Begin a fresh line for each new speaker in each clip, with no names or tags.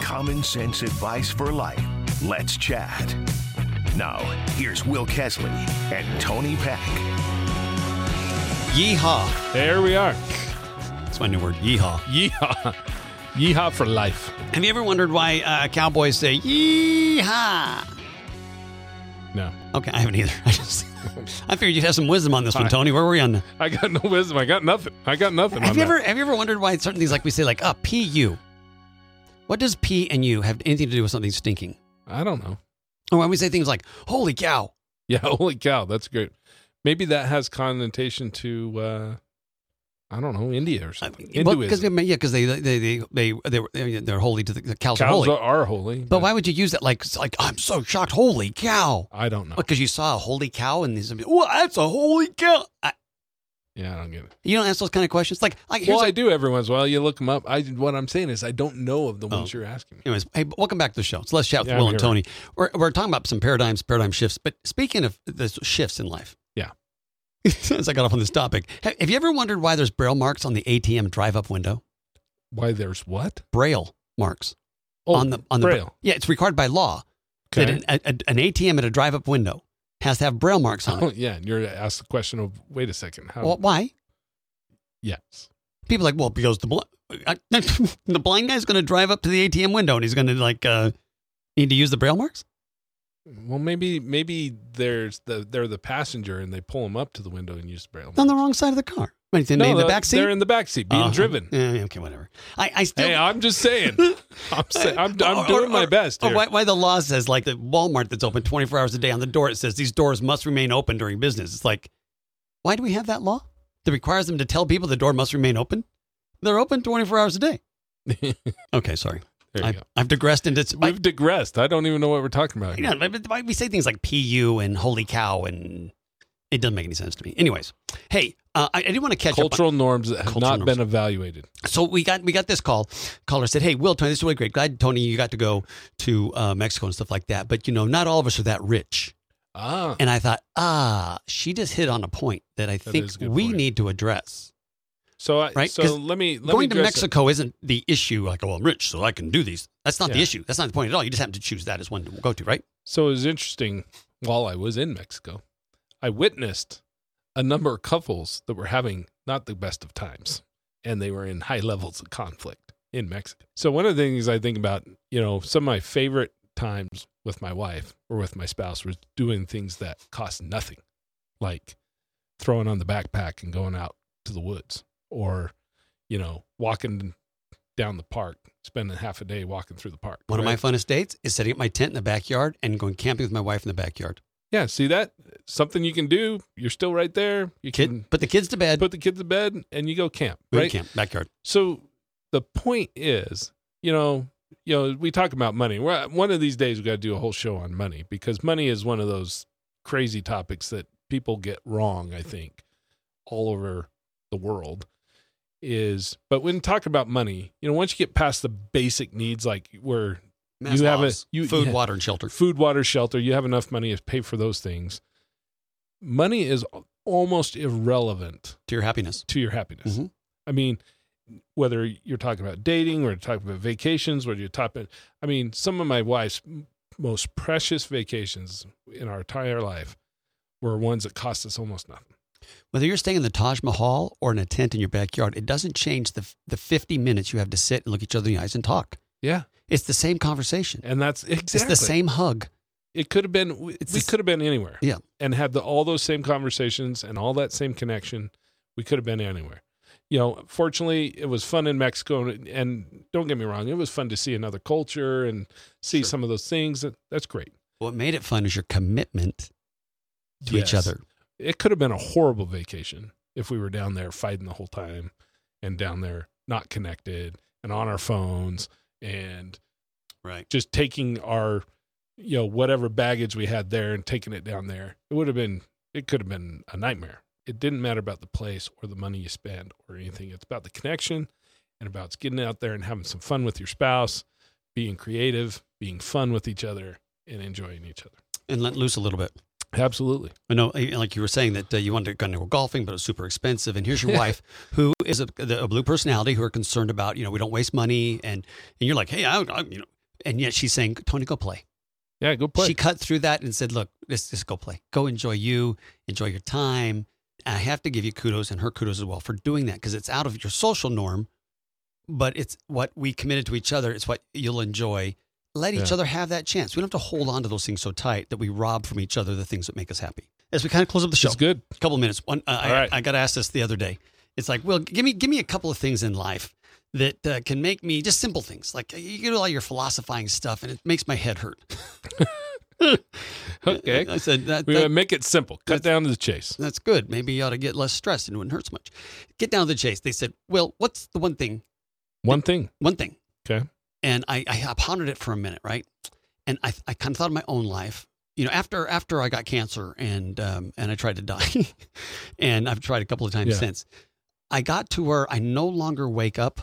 common sense advice for life. Let's chat. Now, here's Will Kesley and Tony Peck.
Yeehaw.
There we are.
That's my new word, yeehaw.
Yeehaw. Yeehaw for life.
Have you ever wondered why uh, cowboys say yeehaw?
No.
Okay, I haven't either. I just, I figured you'd have some wisdom on this one, Tony. Where were we on the?
I got no wisdom. I got nothing. I got nothing
Have
on
you
that.
ever have you ever wondered why certain things like we say like uh, P U? What does P and U have anything to do with something stinking?
I don't know.
Or why we say things like holy cow?
Yeah, holy cow, that's great. Maybe that has connotation to uh I don't know, India or something.
Well,
Hinduism.
I mean, yeah, because they they they they they were- they they're holy to the, the cows, are
Cows
holy.
are, are holy.
but why would you use that like it's like I'm so shocked? Holy cow!
I don't know.
Because you saw a holy cow and these, oh, that's a holy cow. I,
Yeah, I don't get it.
you don't ask those kind of questions. Like, like here's
well,
a-
I do every once in a while. You look them up. I what I'm saying is I don't know of the
Oh.
ones you're asking me.
Anyways, hey, welcome back to the show. So let's chat with
Yeah, I'm
Will and
here.
Tony. We're, we're talking about some paradigms, paradigm shifts. But speaking of the shifts in life,
Yeah.
since I got off on this topic, ha- have you ever wondered why there's braille marks on the ATM drive-up window?
Why there's what?
Braille marks
Oh,
on the on the
braille.
yeah, it's required by law that
Okay.
an, a, a- an ATM at a drive-up window has to have braille marks on
Oh,
it.
yeah, and you're asked the question of wait a second, how
Well, why?
yes.
People are like, well, because the bl- I, the blind guy's going to drive up to the ATM window and he's going to like uh, need to use the braille marks.
Well, maybe maybe there's the they're the passenger and they pull them up to the window and use the braille.
on the wrong side of the car. What, he's in
No,
the
the-
back seat?
They're in the back seat being
Uh-huh.
driven.
Yeah, yeah, okay, whatever. I, I still. oh,
Hey, I'm just saying. I'm say, I'm, I'm
Or-
doing
or-
my best.
Or
here.
why, why the law says like the Walmart that's open 24 hours a day on the door it says these doors must remain open during business. It's like, why do we have that law that requires them to tell people the door must remain open? They're open 24 hours a day. Okay, sorry.
There you
I,
go.
I've digressed into. Why,
We've digressed. I don't even know what we're talking about.
you know, but- but why we say things like "pu" and "holy cow" and it doesn't make any sense to me. Anyways, hey, uh, I, I do want to catch up. on-
Cultural norms that have
Cultural
not
norms.
been evaluated.
So we got we got this call. Caller said, "Hey, Will, Tony, this is really great. Glad Tony, you got to go to uh, Mexico and stuff like that. But you know, not all of us are that rich."
Ah,
And I thought, ah, she just hit on a point that I think
is a good
we
point.
need to address.
so I,
right,
so
'cause
let me let
Going
me
to
address it.
Mexico is isn't the issue. Like, oh, I'm rich, so I can do these. That's not the
Yeah.
issue. That's not the point at all. You just happen to choose that as one to go to, right?
So it was interesting. While I was in Mexico, I witnessed a number of couples that were having not the best of times, and they were in high levels of conflict in Mexico. So one of the things I think about, you know, some of my favorite times with my wife or with my spouse was doing things that cost nothing, like throwing on the backpack and going out to the woods, or you know, walking down the park, spending half a day walking through the park.
One
right?
of my funnest dates is setting up my tent in the backyard and going camping with my wife in the backyard.
Yeah, see that something you can do. You're still right there. You
Kid,
can
put the kids to bed.
put the kid to bed and you go camp,
we
Mm. right?
camp backyard.
So the point is, you know, you know, we talk about money. We're, one of these days we got to do a whole show on money because money is one of those crazy topics that people get wrong. I think all over the world is, but when talking about money, you know, once you get past the basic needs, like where You have a-
Maslow's,
you-
food,
yeah.
water, and shelter.
food, water, shelter. You have enough money to pay for those things. Money is almost irrelevant
To your happiness.
to your happiness.
Mhm.
I mean, whether you're talking about dating or talking about vacations, whether you're talking, I mean, some of my wife's m- most precious vacations in our entire life were ones that cost us almost nothing.
Whether you're staying in the Taj Mahal or in a tent in your backyard, it doesn't change the the 50 minutes you have to sit and look each other in the eyes and talk.
Yeah,
It's the same conversation.
and that's exactly
It's the same hug.
It could have been. We,
It's
we
the s-
could have been anywhere.
Yeah.
and had the, all those same conversations and all that same connection. We could have been anywhere. You know, fortunately, it was fun in Mexico, and, and don't get me wrong, it was fun to see another culture and see
Sure.
some of those things. That- That's great
What made it fun is your commitment to each
Yes.
other.
It could have been a horrible vacation if we were down there fighting the whole time, and down there not connected and on our phones and
Right.
just taking our you know whatever baggage we had there and taking it down there it would have been it could have been a nightmare it didn't matter about the place or the money you spend or anything it's about the connection and about getting out there and having some fun with your spouse being creative being fun with each other and enjoying each other
And let loose a little bit.
absolutely
I know, eh, like you were saying, that uh, you wanted to go into golfing, but it was super expensive. And here's your
Yeah.
wife, who is a, the, a blue personality, who are concerned about, you know, we don't waste money. And, and you're like, hey, I, I, you know, and yet she's saying, Tony, go play.
Yeah, go play.
She cut through that and said, "Look, let's just go play. Go enjoy you, enjoy your time." And I have to give you kudos and her kudos as well for doing that because it's out of your social norm, but it's what we committed to each other. It's what you'll enjoy. Let each
Yeah.
other have that chance. We don't have to hold on to those things so tight that we rob from each other the things that make us happy. As we kind of close up the show,
She's good.
a couple of minutes. One, uh, I,
All right.
I got asked this the other day. It's like, well, give me give me a couple of things in life that uh, can make me just simple things. Like you get all your philosophizing stuff, and it makes my head hurt.
Okay.
I said that,
We're going to
that-
make it simple. Cut down to the chase.
that's good. Maybe you ought to get less stressed and it wouldn't hurt so much. Get down to the chase. They said, well, what's the one thing?
One thing.
One thing.
Okay.
And I, I pondered it for a minute, right? And I, I kind of thought of my own life. You know, after after I got cancer and um, and I tried to die, and I've tried a couple of times
Yeah.
since, I got to where I no longer wake up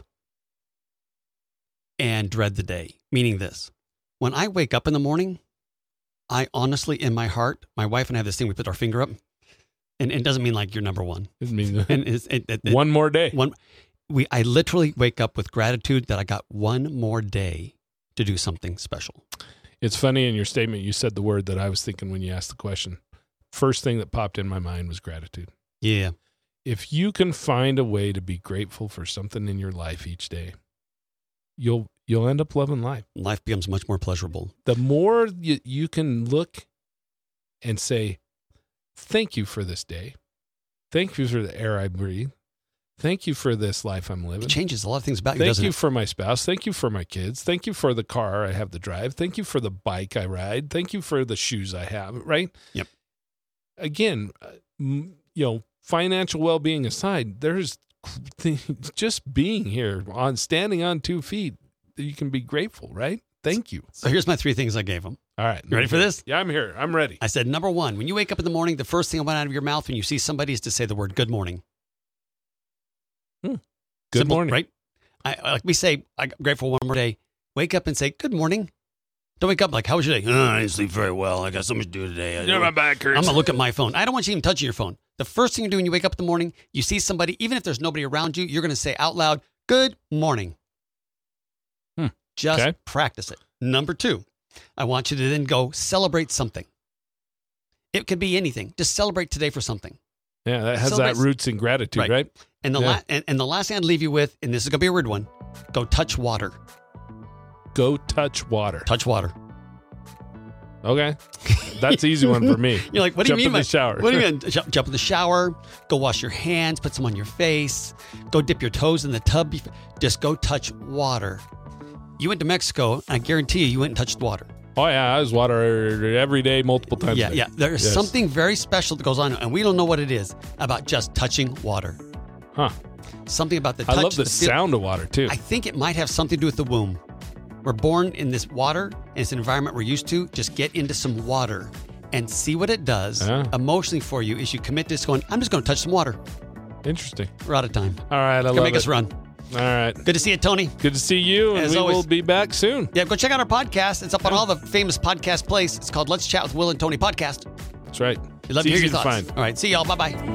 and dread the day. Meaning this, when I wake up in the morning, I honestly, in my heart, my wife and I have this thing. We put our finger up, and it doesn't mean like you're number one.
Doesn't mean
And it's, it, it, it-
one more day.
one, we I literally wake up with gratitude that I got one more day to do something special.
It's funny in your statement, you said the word that I was thinking when you asked the question. First thing that popped in my mind was gratitude.
Yeah,
If you can find a way to be grateful for something in your life each day, you'll you'll end up loving life.
life becomes much more pleasurable.
The more you, you can look and say, "Thank you for this day. Thank you for the air I breathe. Thank you for this life I'm living."
It changes a lot of things about you,
Thank
doesn't
you
it?
for my spouse. Thank you for my kids. Thank you for the car I have to drive. Thank you for the bike I ride. Thank you for the shoes I have, right?
Yep.
Again, uh, m- you know, financial well being aside, there's just being here on standing on two feet, you can be grateful, right? Thank you.
So here's my three things I gave him.
All right.
You ready for this?
Yeah, I'm here. I'm ready.
I said, number one, when you wake up in the morning, the first thing that went out of your mouth when you see somebody is to say the word "Good morning."
Good
Simple,
morning.
right? I, I- like we say, I'm grateful one more day. Wake up and say "Good morning." Don't wake up like, "How was your day?" "Uh, I didn't sleep very well. I got so much to do today. I
Yeah, my back hurts.
I'm gonna look at my phone. I don't want you even touching your phone. The first thing you do when you wake up in the morning, you see somebody, even if there's nobody around you, you're gonna say out loud, "Good morning."
Hmm.
Just
Okay.
practice it. Number two, I want you to then go celebrate something. It could be anything. Just celebrate today for something.
yeah, that has
Celebrate-
that roots in gratitude,
Right.
right?
And the
Yeah.
la- and, and the last thing I'd leave you with, and this is gonna be a weird one, go touch water.
Go touch water.
Touch water.
Okay. That's an easy one for me.
You're like, what do
Jump
you mean
in
by
the shower.
What do you mean? Jump, jump in the shower. Go wash your hands. Put some on your face. Go dip your toes in the tub. bef- Just go touch water. You went to Mexico, and I guarantee you, you went and touched water.
Oh yeah, I was water every day, multiple times.
yeah,
a day.
yeah. There's
Yes.
something very special that goes on, and we don't know what it is about just touching water.
Huh.
Something about the touch.
I love the,
feel-
sound of water too.
I think it might have something to do with the womb. We're born in this water, and it's an environment we're used to. Just get into some water and see what it does
Yeah.
emotionally for you. Is you commit to just going, I'm just going to touch some water.
Interesting.
We're out of time.
All right, I
Gonna
love
make
it.
us run.
All right,
Good to see you, Tony.
good to see you, and
As
we
always-
will be back soon.
Yeah, go check out our podcast. It's up on all the famous podcast plays. It's called Let's Chat with Will and Tony Podcast.
That's right.
We'd love
It's
to hear
easy
your thoughts.
find.
All right, see y'all. Bye bye.